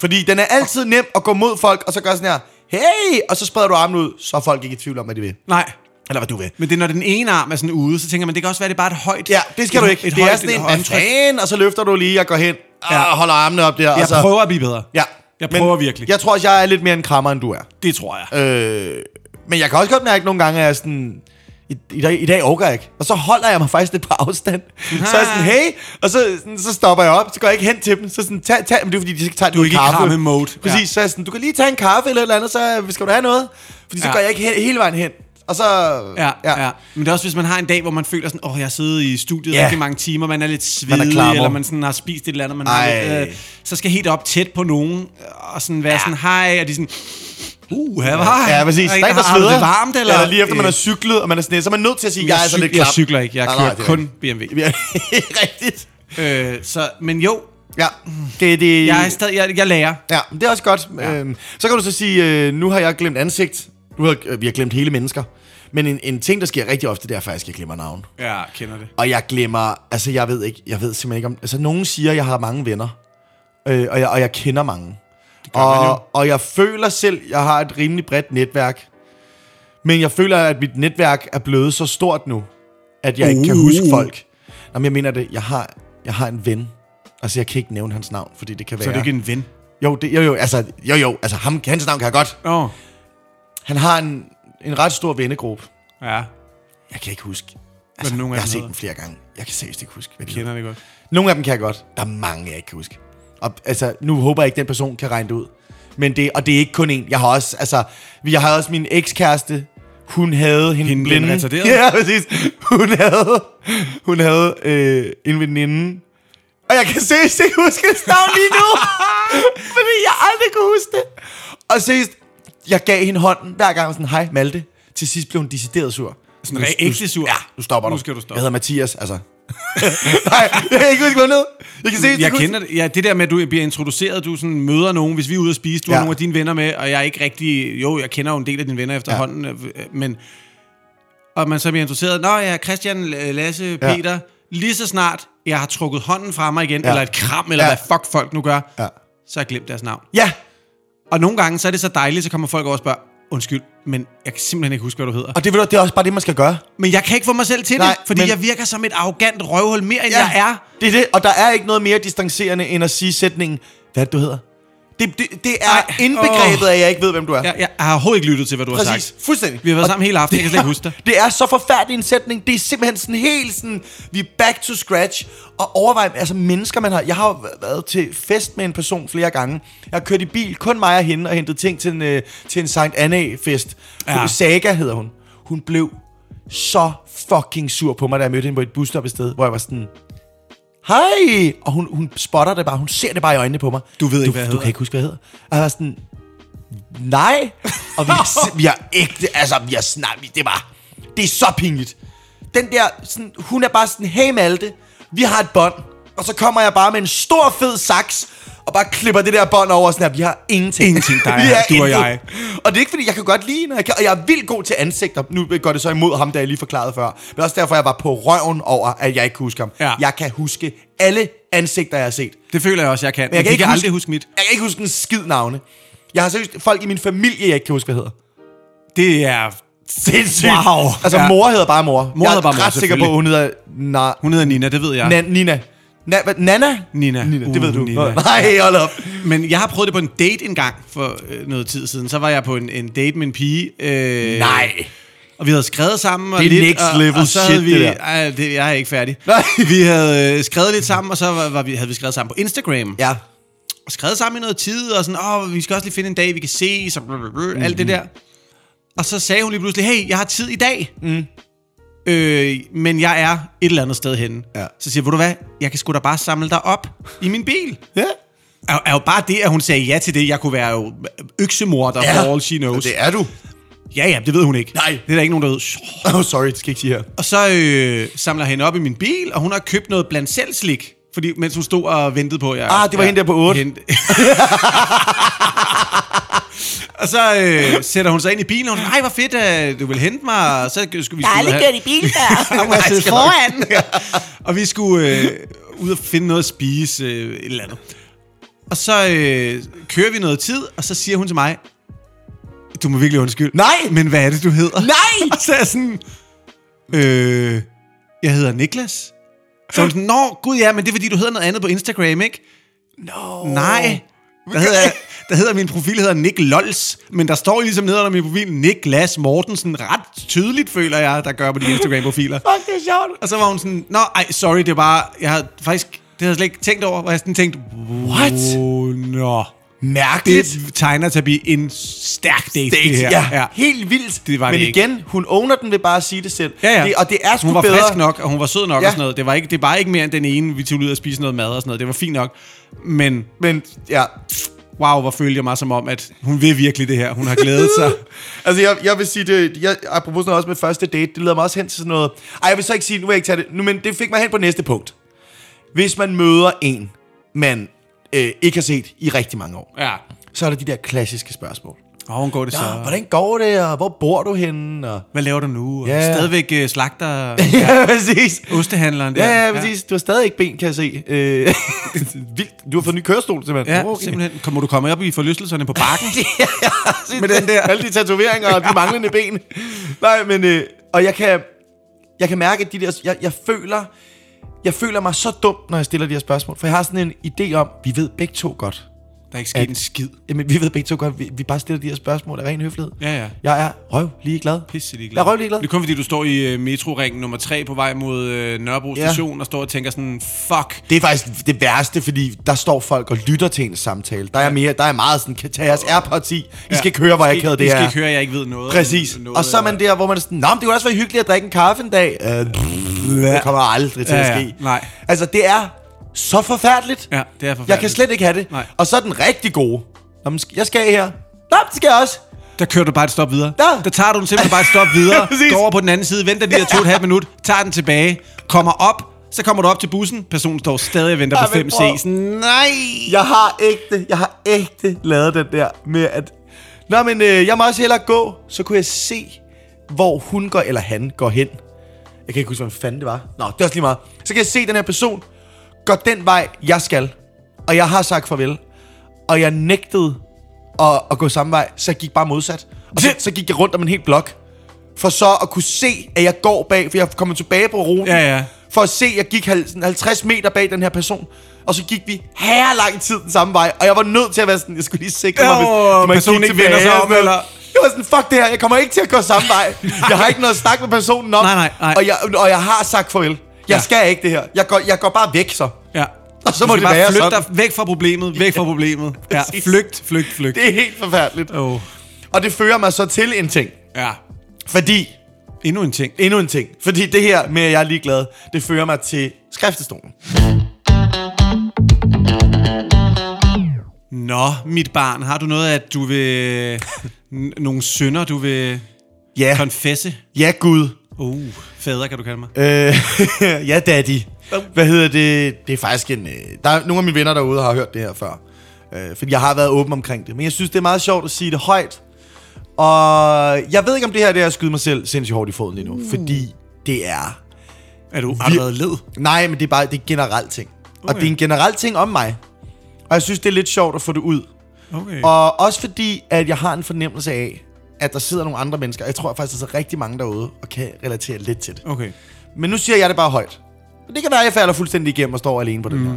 Fordi den er altid nem at gå mod folk, og så gøre sådan her, hey, og så spreder du armen ud, så er folk ikke i tvivl om, hvad de vil.
Nej.
Eller hvad du vil.
Men det er, når den ene arm er sådan ude, så tænker man, det kan også være, det er bare et højt...
Ja, det skal
et,
du ikke.
Et
det
højt,
er sådan en,
et højt
hvad fanden, og så løfter du lige og går hen, og
Ja.
holder armene op der.
Jeg
og så,
prøver at blive bedre.
Ja.
Jeg
Men
prøver virkelig.
Jeg tror også, jeg er lidt mere en krammer, end du er.
Det tror jeg.
Øh, men jeg kan også godt mærke nogle gange, at jeg er sådan... I, i, dag, I dag overgår jeg ikke. Og så holder jeg mig faktisk lidt på afstand. Så er jeg sådan, hey, og så, sådan, så stopper jeg op, så går jeg ikke hen til dem. Så sådan, tag, tag, men det er fordi, de ikke tager
Du er ikke i kramme-mode.
Præcis,
Ja.
ja. så er jeg sådan, du kan lige tage en kaffe eller et eller andet, så øh, skal du have noget. Fordi så
Ja.
ja. går jeg ikke he- hele vejen hen. Og så...
Ja, ja. ja. Men det er også, hvis man har en dag, hvor man føler sådan, åh, oh, jeg har siddet i studiet ja.
Ja.
rigtig mange timer, man er lidt svedig, man er
klammer.
eller man sådan har spist et eller andet, man har
Ej.
lidt, øh, så skal helt op tæt på nogen, øh, og sådan være ja. sådan, hej, og de er sådan, uh, hvad var
Ja, præcis.
Har,
Der er en, der
har du
sveder.
det varmt, eller?
Ja, lige efter man har
Øh,
cyklet, og man er sådan, så er man nødt til at sige, jeg,
jeg,
er altså
cyk-
lidt
jeg
klap.
cykler ikke, jeg
Nej, nej,
kører
det er
kun BMW.
rigtigt. rigtigt.
Øh, så, men jo,
Ja, det, det,
jeg, er stadig, jeg, jeg lærer.
Ja, men det er også godt. Ja. Øhm, så kan du så sige, øh, nu har jeg glemt ansigt. Nu har, øh, vi har glemt hele mennesker. Men en, en ting, der sker rigtig ofte, det er faktisk, at jeg glemmer navn.
Ja, kender det.
Og jeg glemmer, altså jeg ved ikke, jeg ved simpelthen ikke om... Altså nogen siger, at jeg har mange venner. Øh, og, jeg, og jeg kender mange.
man jo.
Og, og jeg føler selv, jeg har et rimelig bredt netværk. Men jeg føler, at mit netværk er blevet så stort nu, at jeg ikke kan
Uh.
huske folk. Jamen, jeg mener det, jeg har, jeg har en ven. Altså, jeg kan ikke nævne hans navn, fordi det kan være...
Så er det ikke en ven.
Jo, det, jo, jo, altså, jo, jo, altså ham, hans navn kan jeg godt.
Åh, oh,
Han har en, en ret stor vennegruppe.
ja,
Jeg kan ikke huske.
er
Altså,
nogen af
jeg har
dem
set
hedder?
dem flere gange. Jeg kan seriøst ikke huske. Hvad de hedder.
kender det godt.
Nogle af dem kan jeg godt. Der er mange, jeg ikke kan huske. Og, altså, nu håber jeg ikke, den person kan regne det ud. Men det, og det er ikke kun en. Jeg har også, altså, jeg har også min ekskæreste. Hun havde hende,
Hende, den
blinde.
retarderede?
Ja, præcis. Hun havde, hun havde øh, en veninde. Og jeg kan seriøst ikke huske hendes navn lige nu. fordi jeg aldrig kunne huske det. Og seriøst, jeg gav hende hånden hver gang sådan, hej Malte. Til sidst blev hun decideret sur.
Sådan re- ægte sur.
Ja, nu stopper du.
Nu skal du stoppe.
Jeg hedder Mathias, altså. Nej, jeg kan ikke huske, hvad ned. Jeg kan se,
Jeg kender det. Ja, det der med, at du bliver introduceret, du sådan møder nogen, hvis vi er ude at spise, du ja. har
Ja.
nogle af dine venner med, og jeg er ikke rigtig... Jo, jeg kender jo en del af dine venner efterhånden, ja. men... Og man så bliver introduceret, nå ja, Christian, L- Lasse,
Ja.
Peter, lige så snart jeg har trukket hånden fra mig igen, ja.
Ja.
eller et kram, eller ja.
Ja.
hvad fuck folk nu gør, ja.
Ja.
så har jeg glemt deres navn.
Ja,
Og nogle gange, så er det så dejligt, så kommer folk over og spørger, undskyld, men jeg kan simpelthen ikke huske, hvad du hedder.
og det, ved du, det er også bare det, man skal gøre.
Men jeg kan ikke få mig selv til Nej,
Nej,
det, fordi men...
men-
jeg virker som et arrogant røvhul mere, end ja.
Ja.
jeg er.
Det er det, og der er ikke noget mere distancerende, end at sige sætningen, hvad er det, du hedder? Det, det, det er
Ej,
indbegrebet
åh.
af, at jeg ikke ved, hvem du er.
Jeg, jeg har overhovedet ikke lyttet til, hvad du har
Præcis,
sagt.
fuldstændig.
Vi har været
Og
sammen hele aftenen, jeg kan slet ikke huske dig.
Det er så forfærdelig en sætning. Det er simpelthen sådan helt sådan, vi er back to scratch. Og overvej, altså mennesker, man har... Jeg har jo været til fest med en person flere gange. Jeg har kørt i bil, kun mig og hende, og hentet ting til en, øh, til en St. Anna-fest. Ja.
Ja.
Saga hedder hun. Hun blev så fucking sur på mig, da jeg mødte hende på et busstop et sted, hvor jeg var sådan... Hej! Og hun, hun spotter det bare. Hun ser det bare i øjnene på mig.
Du ved ikke,
du,
hvad jeg
du
hedder.
kan ikke huske, hvad jeg hedder. Og jeg var sådan, nej. Og vi, vi har ægte, altså vi har snak, vi- det var, det er så pinligt. Den der, sådan, hun er bare sådan, hey Malte, vi har et bånd. Og så kommer jeg bare med en stor fed saks, og bare klipper det der bånd over, sådan her, vi har ingenting.
Ingenting, der er
Vi har
du og
intet.
jeg.
Og det er ikke fordi, jeg kan godt lide, når jeg kan, og jeg er vildt god til ansigter. Nu går det så imod ham, der jeg lige forklarede før. Men også derfor, jeg var på røven over, at jeg ikke kunne huske ham.
Ja.
Jeg kan huske alle ansigter, jeg har set.
Det føler jeg også, jeg kan. Men jeg kan,
ikke
kan aldrig huske mit.
Jeg kan ikke huske en skid navne. Jeg har seriøst folk i min familie, jeg ikke kan huske, hvad hedder.
Det er sindssygt. Wow.
Altså, ja. mor hedder bare mor.
Mor
jeg
hedder bare
er
mor,
ret sikker på, at
selvfølgelig.
hun hedder na,
Hun hedder Nina, det ved jeg.
na, Nina. Na, hvad, Nana?
Nina.
Nina. Det
Uh,
ved du.
Nina.
Nej, hold op.
Men jeg har prøvet det på en date engang for øh, noget tid siden. Så var jeg på en, en date med en pige. Øh,
Nej.
Og vi havde skrevet sammen. Og
Det er
lidt,
next
og,
level
og så
shit,
havde vi,
det der.
Ej, det, jeg er ikke færdig.
Nej.
Vi havde øh, skrevet lidt sammen, og så var, var vi, havde vi skrevet sammen på Instagram.
Ja.
Og skrevet sammen i noget tid, og sådan, åh, vi skal også lige finde en dag, vi kan ses, og blablabla, mm-hmm. alt
Mhm.
det der. Og så sagde hun lige pludselig, hey, jeg har tid i dag. Mm. Øh, men jeg er et eller andet sted henne.
Ja.
Så siger jeg, ved du hvad, jeg kan sgu da bare samle dig op i min bil
Ja.
er, er jo bare det, at hun sagde ja til det. Jeg kunne være jo øksemorder ja. for all she knows.
Det er du.
Ja, ja, det ved hun ikke.
Nej.
Det er der ikke nogen, der ved. Shh.
Oh, sorry, det skal jeg ikke sige her.
Og så øh, samler jeg hende op i min bil, og hun har købt noget blandt selv slik. Fordi, mens hun stod og ventede på jer.
Ah, det var hende der på otte.
Hende. og så øh, sætter hun sig ind i bilen, og hun nej, hvor fedt, at du vil hente mig. Og så skulle vi skulle
Jeg har aldrig
have-
kørt i bil før.
og
Jeg
sidde
skal nok.
foran. og vi skulle øh, ud og finde noget at spise, øh, et eller andet. Og så øh, kører vi noget tid, og så siger hun til mig, du må virkelig undskylde.
Nej!
Men hvad er det, du hedder?
Nej!
Og så er jeg sådan, øh, jeg hedder Niklas. Så er hun sådan, nå, gud ja, men det er fordi, du hedder noget andet på Instagram, ikke?
No.
Nej. Der hedder, jeg- der hedder min profil hedder Nick Lols, men der står ligesom nede under min profil Niklas Mortensen. Ret tydeligt, føler jeg, der gør på de Instagram-profiler.
Fuck, det er sjovt.
Og så var hun sådan, nå, ej, sorry, det er bare, jeg havde faktisk, det havde jeg slet ikke tænkt over, hvor jeg sådan tænkte,
What?
Oh, nå.
Mærkeligt.
Det tegner til at blive en stærk date,
Det,
det her.
ja, ja, helt vildt.
Det var
Men
det ikke.
igen, hun owner den ved bare at sige det selv.
Ja, ja.
Det, og det er sgu
hun var
bedre.
frisk nok, og hun var sød nok
Ja.
og sådan noget. Det var, ikke, det var ikke mere end den ene, vi tog ud og spise noget mad og sådan noget. Det var fint nok. Men
Men ja,
wow, hvor følte jeg mig som om, at hun vil virkelig det her. Hun har glædet sig.
altså, jeg, jeg vil sige det, jeg, apropos sådan noget også med første date, det leder mig også hen til sådan noget, ej, jeg vil så ikke sige, nu vil jeg ikke tage det, nu, men det fik mig hen på næste punkt. Hvis man møder en, man øh, ikke har set i rigtig mange år,
Ja.
så er der de der klassiske spørgsmål.
Og hun går det så.
Så, Ah, hvordan går det, og hvor bor du henne? Og...
Hvad laver du nu? Og
Ja.
Stadigvæk øh, slagter
Ja, præcis.
ostehandleren der.
Ja, ja, præcis. Du har stadig ikke ben, kan jeg se. Øh, vildt. Du har fået en ny kørestol, simpelthen.
Ja,
Nå, okay.
simpelthen. Kommer du komme op i forlystelserne på bakken?
med den der. Alle de tatoveringer og de manglende ben. Nej, men... Øh, og jeg kan, jeg kan mærke, at de der, jeg, jeg, føler, jeg føler mig så dum, når jeg stiller de her spørgsmål. For jeg har sådan en idé om, vi ved begge to godt.
Der er ikke sket en skid.
Jamen, vi ved begge to godt, vi, vi bare stiller de her spørgsmål af ren høflighed.
Ja, ja.
Jeg er røv lige glad.
Pisse ligeglad.
Jeg er røv lige glad.
Det er kun fordi, du står i øh, metroringen nummer 3 på vej mod øh, Nørrebro
Ja.
station og står og tænker sådan, fuck.
Det er faktisk det værste, fordi der står folk og lytter til en samtale. Der er, mere, der er meget sådan, kan tage jeres airpods i. I skal ikke høre, hvor jeg kæder det
I skal
er.
ikke høre, jeg ikke ved noget.
Præcis.
om
og så er man der, hvor man er sådan, Nå, men det kunne også være hyggeligt at drikke en kaffe en dag. Øh, det kommer aldrig til
Ja,
at
ja.
ske.
Nej.
Altså, det er så forfærdeligt.
Ja, det er
Jeg
forfærdeligt.
kan slet ikke have det.
Nej.
Og så er den rigtig gode. Nå, men sk- jeg skal her. Nå, det skal jeg også.
Der kører du bare et stop videre.
Ja.
Der tager du den simpelthen bare et stop videre.
Præcis.
går over på den anden side, venter de her to og et halvt minut, tager den tilbage, kommer op, så kommer du op til bussen. Personen står stadig og venter
Ej,
på
men
5C. Sådan, Nej!
Jeg har ægte, jeg har ægte lavet den der med at... Nå, men øh, jeg må også hellere gå. Så kunne jeg se, hvor hun går, eller han går hen. Jeg kan ikke huske, hvad fanden det var. Nå, det er også lige meget. Så kan jeg se, den her person går den vej, jeg skal. Og jeg har sagt farvel. Og jeg nægtede at, at gå samme vej, så jeg gik bare modsat. Og så, så gik jeg rundt om en hel blok. For så at kunne se, at jeg går bag, for jeg kommer tilbage på ruten.
Ja, ja.
for at se, jeg gik hal- sådan 50 meter bag den her person. Og så gik vi her lang tid den samme vej, og jeg var nødt til at være sådan, jeg skulle lige sikre mig, hvis
Åh,
de må
personen
kigge
ikke vender sig
tilbage,
om, eller-
Jeg var sådan, fuck det her, jeg kommer ikke til at gå samme vej. jeg har ikke noget at snakke med personen om.
Nej, nej, nej.
Og jeg, og jeg har sagt farvel. Jeg
Ja.
skal ikke det her. Jeg går, jeg går bare væk så.
Ja.
Og så
Du
må
skal
det
bare
være
flytte
sådan.
dig væk fra problemet, væk fra problemet. Ja,
præcis.
flygt, flygt, flygt.
Det er helt forfærdeligt.
Åh.
Og det fører mig så til en ting.
Ja.
Fordi
Endnu en ting.
Endnu en ting. Fordi det her med, at jeg er ligeglad, det fører mig til skriftestolen.
Nå, mit barn, har du noget, at du vil... n- nogle synder, du vil
Ja,
konfesse?
ja Gud.
Uh, fader kan du kalde mig.
Øh, ja, daddy. Hvad hedder det? Det er faktisk en... øh, Der er nogle af mine venner derude, der har hørt det her før. Øh, fordi jeg har været åben omkring det. Men jeg synes, det er meget sjovt at sige det højt. Og jeg ved ikke, om det her det er at skyde mig selv sindssygt hårdt i foden lige nu. Fordi det er...
Er du, har du
Vi-
været led?
Nej, men det er bare det er en generel ting. Okay. Og
Okay.
det er en generel ting om mig. Og jeg synes, det er lidt sjovt at få det ud.
Okay.
Og også fordi, at jeg har en fornemmelse af, at der sidder nogle andre mennesker. Jeg tror faktisk, der sidder rigtig mange derude og kan relatere lidt til det.
Okay,
Men nu siger jeg det bare højt. Og det kan være, at jeg falder fuldstændig igennem og står alene på det mm. her.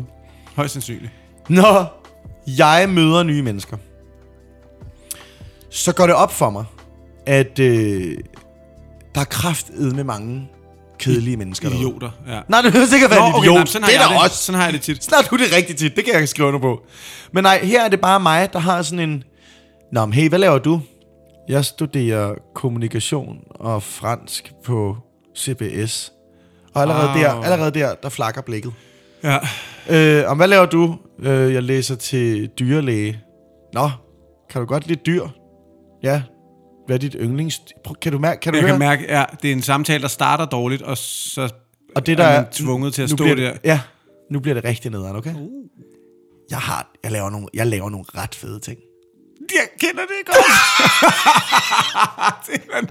højst sandsynligt.
Når jeg møder nye mennesker, så går det op for mig, at øh, der er kraftedet med mange kedelige mennesker derude.
Idioter, ja.
Nej, det behøver ikke at være en idiot.
nej, sådan har
det er
jeg
der
det.
også.
Sådan har jeg det tit.
Snart du det rigtigt tit, det kan jeg skrive under på. Men nej, her er det bare mig, der har sådan en... Nå, men hey, hvad laver du? Jeg studerer kommunikation og fransk på CBS. Og allerede,
Wow.
wow. der, allerede der, der flakker blikket.
Ja.
Øh, om hvad laver du? Øh, jeg læser til dyrlæge. Nå, kan du godt lide dyr? Ja. Hvad er dit yndlings... Prøv, Kan du mærke? Kan du
Jeg
høre?
kan mærke, ja, det er en samtale, der starter dårligt, og så
Og det, der
er
er,
man tvunget til at
nu
stå
bliver
der. Uh.
Det, ja, nu bliver det rigtig nederen, okay? Jeg, har, jeg, laver nogle, jeg laver nogle ret fede ting.
Jeg kender det godt. det, er,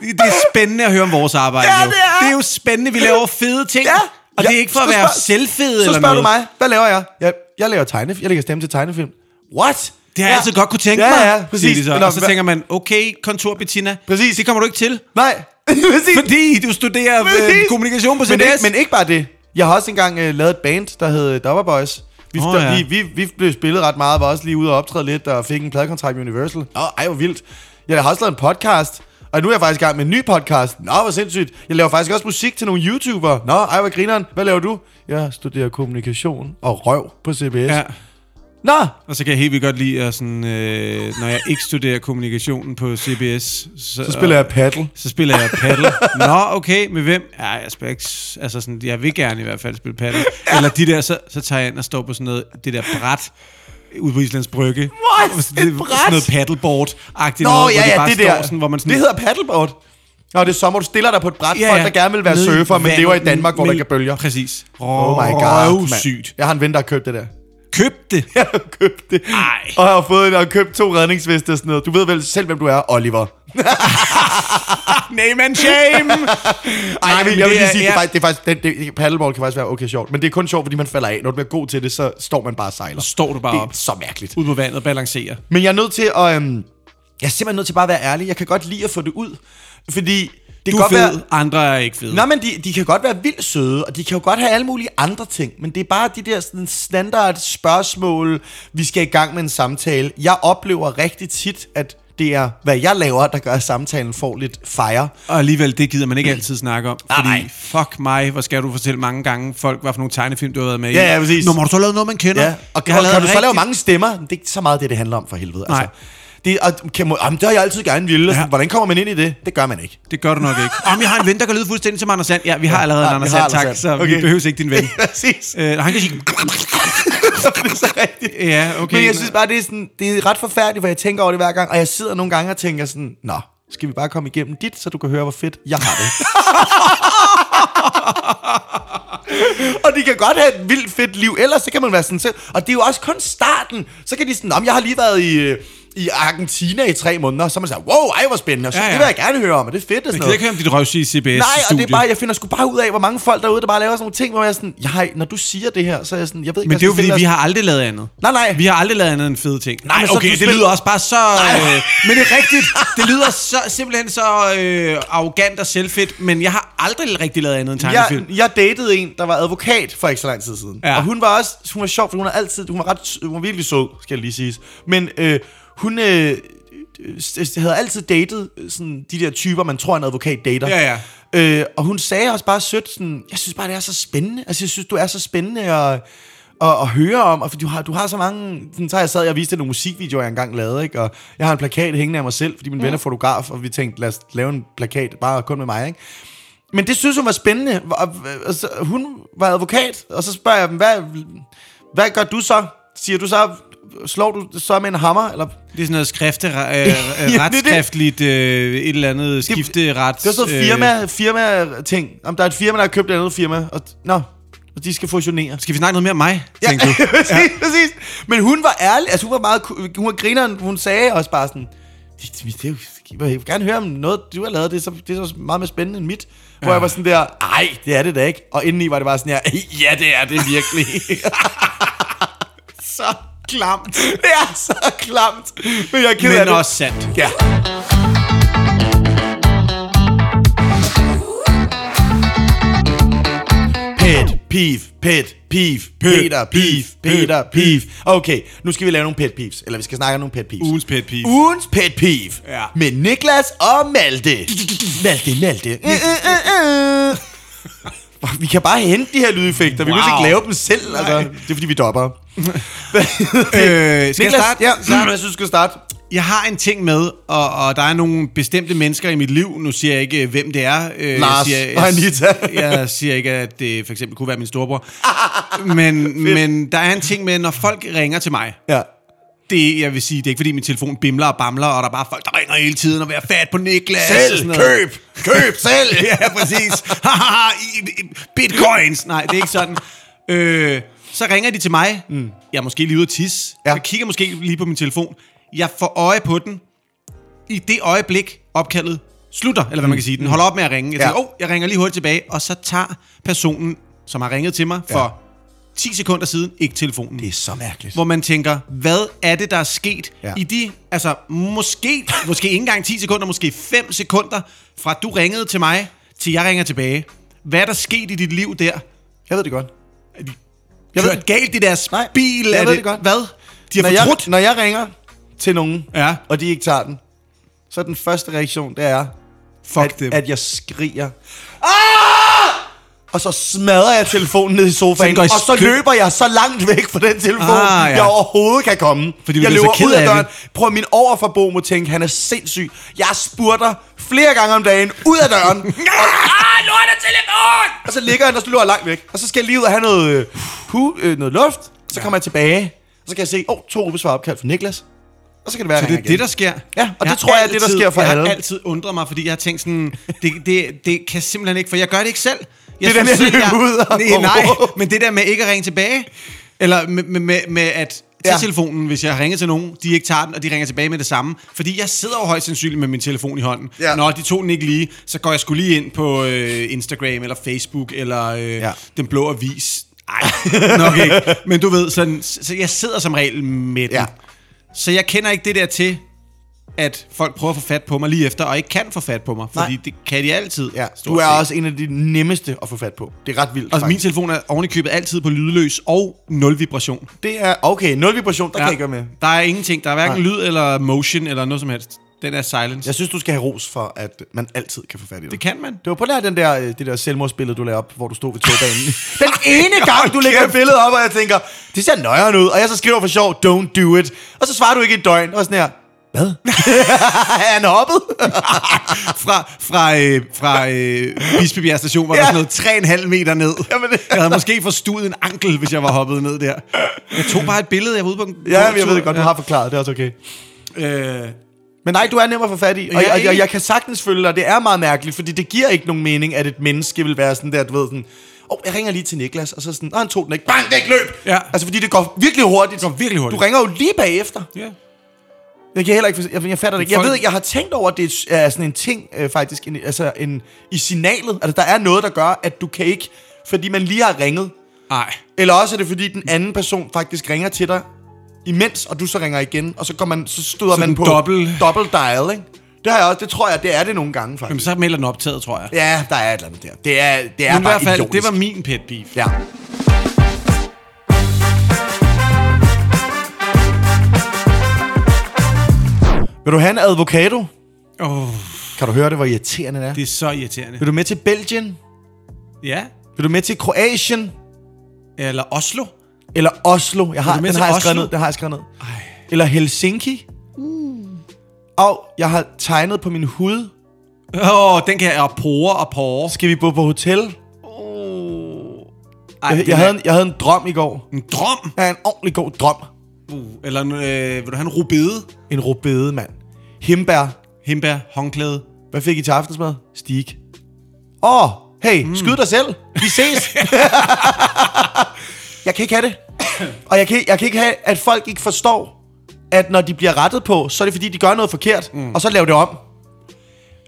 det er spændende at høre om vores arbejde.
Ja,
jo.
det er.
det er jo spændende, vi laver fede ting.
Ja.
Og
ja.
det er ikke for at
så
være
spørg-
selvfede
Så
eller
spørger
noget.
du mig, hvad laver jeg? Jeg, jeg laver tegnefilm. Jeg lægger stemme til tegnefilm. What?
Det har jeg altid godt kunne tænke
ja,
mig.
Ja, ja, præcis.
siger de Så.
Nå,
Og så
hva-
tænker man, okay, kontor Bettina,
Præcis.
det kommer du ikke til.
Nej, præcis.
Fordi du studerer øh,
Præcis.
kommunikation på CBS.
men, ikke, men ikke bare det. Jeg har også engang øh, lavet et band, der hed øh, Dopper Boys. Vi,
Åh,
oh,
ja.
ja. vi, vi, vi blev spillet ret meget, var også lige ude og optræde lidt, og fik en pladekontrakt med Universal. Nå, ej, hvor vildt. Jeg har også lavet en podcast, og nu er jeg faktisk i gang med en ny podcast. Nå, hvor sindssygt. Jeg laver faktisk også musik til nogle YouTubere. Nå, ej, hvor grineren. Hvad laver du? Jeg studerer kommunikation og røv på CBS. Ja.
ja.
Nå,
Og så kan jeg helt vildt godt lide, at sådan, øh, når jeg ikke studerer kommunikationen på CBS, så,
så spiller jeg paddle.
så spiller jeg paddle. Nå, okay, med hvem? Ja, jeg spiller ikke... s- Altså sådan, jeg vil gerne i hvert fald spille paddle. Eller de der, så, så tager jeg ind og står på sådan noget, det der bræt ude på Islands Brygge.
What?
Sådan-
Et bræt?
Sådan noget paddleboard-agtigt
Nå,
noget,
ja,
hvor de
ja,
bare
det
står
der.
sådan, hvor man sådan...
Det hedder paddleboard. Nå, det er sommer, du stiller dig på et bræt. Ja, Folk, der gerne vil være
nede i
surfer, men
vandet,
lever i Danmark, hvor der
ned-
ikke er bølger.
Præcis.
Oh my god, mand.
sygt.
Jeg har en ven, der har købt det der.
Køb det.
Jeg har købt det.
Ej.
Og jeg har fået jeg har købt to redningsveste og sådan noget. Du ved vel selv, hvem du er, Oliver.
Name and shame.
Ej,
Nej,
jeg vil,
men
jeg vil
det
lige
er-
sige, det
ja.
er faktisk, det er faktisk den, det, paddleboard kan faktisk være okay sjovt. Men det er kun sjovt, fordi man falder af. Når du bliver god til det, så står man bare og sejler.
Står du bare
Det er
op
så mærkeligt.
ude på vandet og balancerer.
Men jeg er nødt til at... Øhm, jeg er simpelthen nødt til bare at være ærlig. Jeg kan godt lide at få det ud. Fordi det
Du
kan
er
godt
fed,
være...
andre er ikke fede.
Nå, men de, de kan godt være vildt søde, og de kan jo godt have alle mulige andre ting, men det er bare de der sådan, standard spørgsmål, vi skal i gang med en samtale. Jeg oplever rigtig tit, at det er, hvad jeg laver, der gør, at samtalen får lidt fire.
Og alligevel, det gider man ikke altid snakke om. Fordi,
Mm. nej.
fuck mig, hvor skal du fortælle mange gange folk, hvad for nogle tegnefilm, du har været med i.
Ja, ja, præcis.
Nå, men har du så lavet noget, man kender?
Ja, og kan,
Jeg har
kan
lavet
du så lave
rigtig-
mange stemmer? Det er ikke så meget det, det handler om for helvede.
Nej.
Altså. Det, og, kan, må- jamen, det har jeg altid gerne ville. Ja.
Ja.
Hvordan kommer man ind i det? Det gør man ikke.
Det gør du nok ikke. Om jeg har en ven, der kan lyde fuldstændig som Anders Sand. Ja, vi har allerede
Ja,
en
vi
Anders
har
Sand,
Anders Sand.
tak. Så vi
Okay.
behøver ikke din ven.
Præcis.
øh, han kan sige...
det er så rigtigt.
Ja, okay.
Men jeg synes bare, det er, sådan, det er ret forfærdeligt, for jeg tænker over det hver gang, og jeg sidder nogle gange og tænker sådan, nå, skal vi bare komme igennem dit, så du kan høre, hvor fedt jeg har det. og de kan godt have et vildt fedt liv, ellers så kan man være sådan selv. Og det er jo også kun starten. Så kan de sådan, om jeg har lige været i... øh, i Argentina i tre måneder, så er man siger, wow, ej, hvor spændende, og så,
Ja,
ja, ja.
ja.
det vil jeg gerne høre om, og det er fedt og
Jeg
sådan
gider
noget.
ikke høre om dit røvsige CBS-studie.
Nej, og det er bare, jeg finder sgu bare ud af, hvor mange folk derude, der bare laver sådan nogle ting, hvor jeg er sådan, nej, når du siger det her, så Altså, er jeg sådan, jeg ved ikke,
Men det er jo fordi, vi
har...
har aldrig lavet andet.
Nej, nej.
Vi har aldrig lavet andet end fede ting.
Nej,
Men
okay,
du
det
spiller-
lyder
også bare så... Øh, men det er rigtigt. Det lyder så, simpelthen så øh, arrogant og selvfedt, men jeg har aldrig rigtig lavet andet end tegnefilm.
Jeg, jeg datede en, der var advokat for ikke så lang tid siden.
Ja.
Ja. Og hun var også, hun var sjov, for hun var altid, hun var, ret, hun var virkelig sød, skal jeg lige sige. Men øh, hun øh, s- havde altid datet øh, sådan, de der typer, man tror en advokat dater.
Ja, ja.
Øh, og hun sagde også bare sødt, sådan, jeg synes bare, det er så spændende. Altså, jeg synes, du er så spændende at, at, at høre om, og for du har, du har så mange... Sådan, så har jeg sad og viste nogle musikvideoer, jeg engang lavede, ikke? og jeg har en plakat hængende af mig selv, fordi min ven er fotograf, og vi tænkte, lad os lave en plakat bare kun med mig, ikke? Men det synes hun var spændende. Og, og, og, så- hun var advokat, og så spørger jeg dem, hvad, hvad gør du så? Siger du så, slår du så med en hammer? Eller, det
Det er sådan noget skrifte, øh,
det
øh,
er
retskriftligt, øh, et eller andet skifterets...
er sådan noget firma,
Øh.
firma-ting. Om der er et firma, der har købt et andet firma, og, nå, og de skal fusionere.
Skal vi snakke noget mere om mig, ja. tænkte du?
præcis, ja. præcis. Men hun var ærlig, altså hun var meget, ku- hun var grineren, hun sagde også bare sådan, "Det- det, det, er jo- jeg vil gerne høre om noget, du har lavet, det er så, det er så meget mere spændende end mit. Hvor jeg var sådan der, nej, det er det da ikke. Og indeni var det bare sådan her, ja, det er det virkelig. så klamt. Det er så klamt. Men jeg er ked af
Men
det.
også sandt.
Ja. Pet, pif, pet, pif, Peter, pif, Peter, pif. Okay, nu skal vi lave nogle pet peeves. Eller vi skal snakke om nogle pet peeves.
Ugens pet peeve.
Ugens pet peeve.
Ja.
Med Niklas og Malte. Malte, Malte. Øh, øh, øh, øh. Vi kan bare hente de her lydeffekter. Vi wow.
Wow.
ikke lave dem selv. Altså. Det er fordi, vi dopper.
Øh, skal jeg
Niklas,
starte?
ja, start, jeg synes, du skal starte.
Jeg har en ting med, og, og der er nogle bestemte mennesker i mit liv. Nu siger jeg ikke, øh, hvem det er. Øh,
Lars
jeg siger,
og Anita.
jeg siger ikke, at det for eksempel kunne være min storebror. Men, men der er en ting med, når folk ringer til mig.
Ja.
Det, jeg vil sige, det er ikke fordi min telefon bimler og bamler, og der er bare folk, der ringer hele tiden og vil have fat på Niklas. og sådan noget.
køb selv.
ja, præcis. Hahaha, i- i- Bitcoins. Nej, det er ikke sådan. Øh, så ringer de til mig. Mm. Jeg er måske lige ude at tisse. Ja.
Ja.
Jeg kigger måske lige på min telefon. Jeg får øje på den. I det øjeblik, opkaldet slutter, eller hvad man kan sige. Den holder op med at ringe. Jeg
Ja.
tænker, åh, oh, jeg ringer lige hurtigt tilbage. Og så tager personen, som har ringet til mig for
Ja.
10 sekunder siden, ikke telefonen
Det er så mærkeligt.
hvor man tænker, hvad er det, der er sket ja.
Ja.
i de, altså måske, måske ikke engang 10 sekunder, måske 5 sekunder, fra du ringede til mig, til jeg ringer tilbage. Hvad er der sket i dit liv der?
Jeg ved det godt.
Jeg
Jeg
ved
ved-
det galt i deres
Nej,
bil.
jeg
er
ved det godt.
Hvad? De har
når, jeg,
fortrudt.
når jeg ringer til nogen,
Ja.
og de ikke tager den, så er den første reaktion, det er,
Fuck
at, at jeg skriger. "Ah!" Og så smadrer jeg telefonen ned i
den
sofaen,
går i
og så
stykker.
løber jeg så langt væk fra den telefon,
Ah,
ah,
ja.
ja. jeg overhovedet kan komme.
Fordi du
jeg
bliver så
løber
ked
ud af
af
døren.
det.
Prøv at min overforbo må tænke, han er sindssyg. Jeg spurter flere gange om dagen ud af døren. ah, nu er der telefon! Og så ligger han og så løber jeg langt væk. Og så skal jeg lige ud og have noget, øh, hu, øh, noget luft. Så kommer jeg tilbage. Og så kan jeg se, åh, oh, to ubesvarede opkald fra Niklas. Og så kan det være,
Så det er det, der sker.
Ja, og det
har
tror jeg er det, der sker for
jeg har
alle.
altid undret mig, fordi jeg har tænkt sådan, det, det, det kan simpelthen ikke, for jeg gør det ikke selv. Jeg
Det der
synes
med at
selv,
løbe ud og-
nej, nej, men det der med ikke at ringe tilbage, eller med, med, med, med at tage ja.
Ja.
telefonen, hvis jeg har ringet til nogen, de ikke tager den, og de ringer tilbage med det samme. Fordi jeg sidder jo højst sandsynligt med min telefon i hånden. Ja.
Ja.
Når de tog den ikke lige, så går jeg skulle lige ind på øh, Instagram, eller Facebook, eller øh, ja.
Ja.
Den Blå Avis. Ej, nok ikke. Men du ved, sådan, så jeg sidder som regel med den. Ja.
Ja.
Så jeg kender ikke det der til, at folk prøver at få fat på mig lige efter, og ikke kan få fat på mig, fordi Nej.
Nej.
det kan de altid.
Ja,
stort
du er
set.
også en af de nemmeste at få fat på. Det er ret vildt,
Og altså, min
faktisk.
telefon er oven i købet altid på lydløs og nul vibration.
Det er, okay, nul vibration, der ja. kan jeg ikke være med.
Der er ingenting. Der er hverken lyd eller motion eller noget som helst. Den er silence.
Jeg synes, du skal have ros for, at man altid kan få fat i dig.
Det kan man.
Det var på nær den der, øh, det der selvmordsbillede, du lagde op, hvor du stod ved togbanen. den ene gang, du lægger et billede op, og jeg tænker, det ser nøjeren ud. Og jeg så skriver for sjov, don't do it. Og så svarer du ikke i et døgn. Og sådan her, hvad? er han hoppet?
Fra, fra, øh, fra øh, Bispebjerg station var ja.
Ja.
der sådan noget 3,5 meter ned.
Jamen, det-
Jeg havde måske forstuet en ankel, hvis jeg var hoppet ned der. Jeg tog bare et billede, jeg var ude på en
ja, men jeg ved det godt, du har forklaret, det er også okay.
Øh,
Men nej, du er nem at få fat i, og,
Jeg er
jeg, og jeg,
enig.
jeg kan sagtens følge dig, det er meget mærkeligt, fordi det giver ikke nogen mening, at et menneske vil være sådan der, du ved, sådan, åh, oh, jeg ringer lige til Niklas, og så sådan, åh, han tog den ikke, bang, det er ikke løb!
Ja.
Altså, fordi det går virkelig hurtigt.
Det går virkelig hurtigt.
Du ringer jo lige bagefter.
ja.
Jeg kan heller ikke forstå, jeg, jeg fatter det ikke. Jeg
Folk-
ved ikke, jeg har tænkt over, at det er sådan en ting, øh, faktisk, en, altså en, i signalet. Altså, der er noget, der gør, at du kan ikke, fordi man lige har ringet.
Nej.
Eller også er det, fordi den anden person faktisk ringer til dig imens, og du så ringer igen, og så, går man, så støder
Sådan
man på
dobbelt-
dobbelt dial, ikke? Det har jeg også, det tror jeg, det er det nogle gange,
Jamen,
faktisk.
så melder den optaget, tror jeg.
Ja, der er et eller andet der. Det er, det er
Men i
bare
hvert fald,
idiotisk.
det var min pet beef.
Ja. Vil du have en avocado?
Åh,
Kan du høre det, hvor irriterende det er?
det er så irriterende.
Vil du med til Belgien?
Ja,
Vil du med til Kroatien?
eller Oslo.
Eller Oslo? Jeg har,
du med
den
til
har jeg
Oslo?
skrevet ned. Den har jeg skrevet ned. Eller Helsinki?
Mm.
Og jeg har tegnet på min hud.
Åh, oh, den kan jeg og pore og pore.
Skal vi bo på hotel?
Ej,
Jeg,
den
jeg,
er
havde, en, jeg havde en drøm i går.
en drøm.
Jeg havde en ordentlig god drøm.
Uh, eller en, øh, vil du have en rubede?
En rubede, mand. Himbær.
Himbær, håndklæde.
Hvad fik I til aftensmad? Stig. Åh, oh, hey, mm. skyd dig selv. Vi ses. jeg kan ikke have det. Og jeg kan, jeg kan ikke have, at folk ikke forstår, at når de bliver rettet på, så er det fordi, de gør noget forkert, mm. og så laver det om.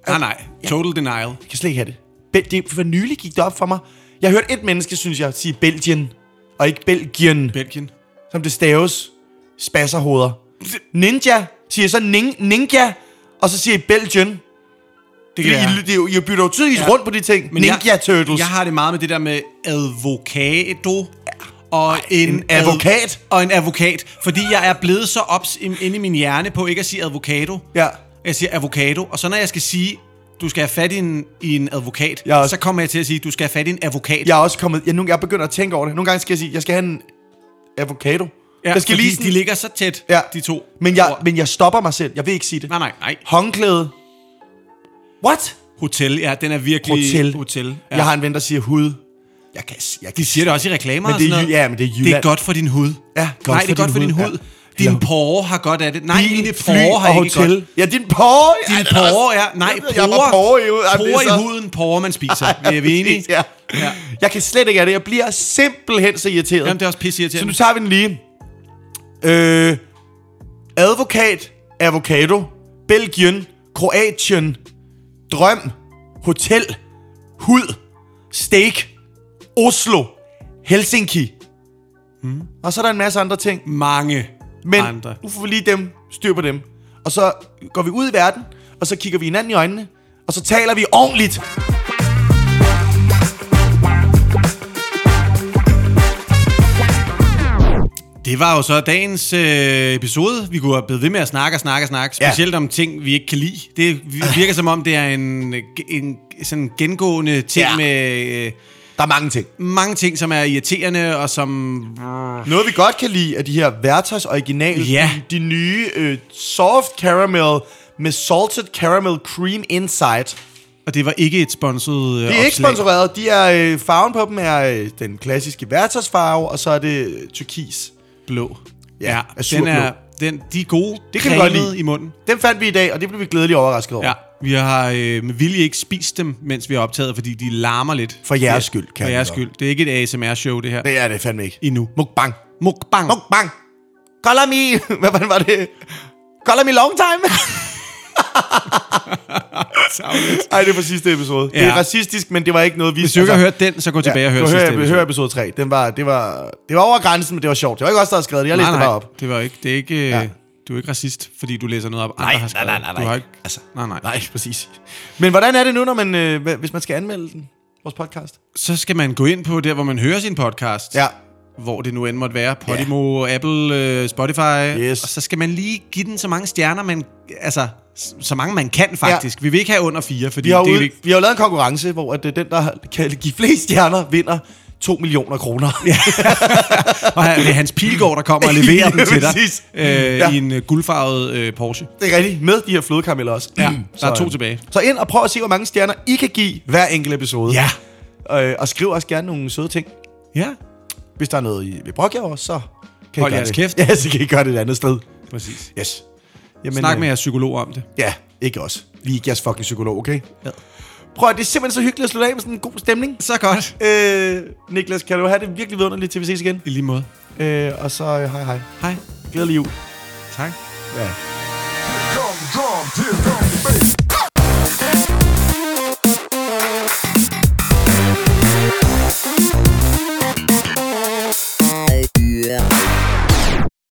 Jeg Øh,
Nej, nej. Total denial.
kan slet ikke have det. Bel- det for nylig gik det op for mig. Jeg hørte et menneske, synes jeg, sige Belgien, og ikke Belgien,
Belgien.
som det staves spasserhoveder. Ninja siger så ning- ninja, og så siger I Belgien.
Det
Fordi I, det er jo- I bytter jo tydeligvis
Ja.
rundt på de ting.
Men
Ninja
jeg,
Turtles.
Jeg har det meget med det der med advokado. Og en,
en advokat?
og en advokat. Fordi jeg er blevet så ops im- inde i min hjerne på ikke at sige advokado.
Ja.
Jeg siger avocado, og så når jeg skal sige, du skal have fat i en, i en advokat,
Jeg er også-
så kommer jeg til at sige, du skal have fat i en advokat.
Jeg er også kommet... Jeg, nu, jeg begynder at tænke over det. Nogle gange skal jeg sige, jeg skal have en avocado.
ja
jeg skal
fordi
lige sådan,
de ligger så tæt,
Ja.
de to.
men, jeg,
ord.
men jeg stopper mig selv. Jeg vil ikke sige det.
Nej, nej, nej.
Håndklæde. What?
Hotel, ja, den er virkelig...
Hotel.
Hotel,
Ja.
ja.
Jeg har en ven, der siger hud. Jeg kan... s- Jeg kan
De siger det også i reklamer
Men
og
det er
sådan
Jy-
noget.
ja, men det er
Det er
Jylland.
godt for din hud.
Ja, godt
nej, det
for
er godt
din
for din
hud,
hud.
ja.
Din
Eller-
pore har godt af det. Nej,
Bil,
dine
fly
porer har
og
ikke
hotel.
godt.
Ja, din pore.
Dine
Ja,
porer, ja. Nej,
Jeg ved, jeg var
porer.
pore i huden. Ej, det er
Porer i
så-
huden, porer man spiser. Ej, er vi enige?
Ja.
Ja.
Jeg kan slet ikke have det. Jeg bliver simpelthen så irriteret.
Jamen, det er også pisse
Så nu
irriterende.
tager vi den lige. Øh, advokat, avocado, Belgien, Kroatien, drøm, hotel, hud, steak, Oslo, Helsinki. Mm. Og så er der en masse andre ting.
Mange
Men
andre.
nu får vi lige dem, styr på dem. Og så går vi ud i verden, og så kigger vi hinanden i øjnene, og så taler vi ordentligt.
Det var jo så dagens øh, episode. Vi kunne have blevet ved med at snakke og snakke og snakke,
Ja.
specielt om ting, vi ikke kan lide. Det virker som om, det er en, en sådan gengående ting
Ja.
ja. med øh,
Der er mange ting.
mange ting, som er irriterende og som...
Noget vi godt kan lide er de her Vertas original,
Ja.
de, de nye øh, soft caramel med salted caramel cream inside. De
Og det var ikke et sponsoret øh,
er
opslag.
ikke sponsoreret, de er øh, farven på dem er øh, den klassiske Vertas farve, og så er det øh, turkis.
Blå.
Ja,
Ja,
azurblå.
den er, den, de er gode.
Det kan vi godt
cremede
lide.
i munden.
Den fandt vi i dag, og det blev vi glædeligt overrasket over.
Ja, vi har øh, med vilje ikke spist dem, mens vi har optaget, fordi de larmer lidt.
For jeres
Ja,
skyld, kan
For
jeg
jeres
godt.
skyld. Det er ikke et ASMR-show, det her.
Det er det fandme ikke.
Endnu.
Mukbang.
Mukbang.
Mukbang. Color me. Hvad fanden var det? Color me long time.
Savlet.
Ej, det er fra sidste episode. Ja. Det er
Ja.
racistisk, men det var ikke noget, vi... altså-
Hvis du ikke har hørt den, så gå tilbage og hør
du
sidste
hører, hører episode 3. Den var, det, var, det var over grænsen, men det var sjovt. Det var ikke os, der havde skrevet det. Jeg læste det bare op.
det var ikke, det er ikke,
Ja.
ja. du er ikke racist, fordi du læser noget op, andre har skrevet. Du har ikke, altså, nej, nej.
Nej, præcis. Men hvordan er det nu, når man, øh, hva- hvis man skal anmelde den? Vores podcast?
Så skal man gå ind på der, hvor man hører sin podcast.
Ja.
Hvor det nu end måtte være. Podimo, Apple, øh, Spotify.
Yes.
Og så skal man lige give den så mange stjerner, man, altså, s- så mange man kan faktisk. Ja. Vi vil ikke have under fire, fordi
Vi har,
det er
ude,
ikke...
vi har jo lavet en konkurrence, hvor at, øh, den, der kan give flest stjerner, vinder 2 millioner kroner. Ja.
Og han- det er Hans Pilgaard, der kommer og leverer
Ja,
dem til dig.
præcis.
Øh,
Ja.
ja. I en øh, guldfarvet øh, Porsche.
Det er rigtigt. Med de her flødekarameller også. Ja,
Der er to tilbage.
Så ind og prøv at se, hvor mange stjerner I kan give hver enkelt episode.
Ja.
Øh, og skriv også gerne nogle søde ting.
Ja,
Hvis der er noget, I vil brokke over, så kan I
Hold
gøre
jeres
det.
kæft.
Ja, så kan I gøre det et andet sted.
præcis.
Yes. Jamen,
Snak
øh,
med jeres psykolog om det.
Ja, ikke os. Vi er ikke jeres fucking psykolog, okay?
Ja.
Prøv at det er simpelthen så hyggeligt at slutte af med sådan en god stemning.
Så godt.
Øh, Niklas, kan du have det virkelig vidunderligt, til vi ses igen?
I lige måde.
Øh, og så øh, hej hej.
Hej.
Glædelig jul.
Tak.
Ja.
Here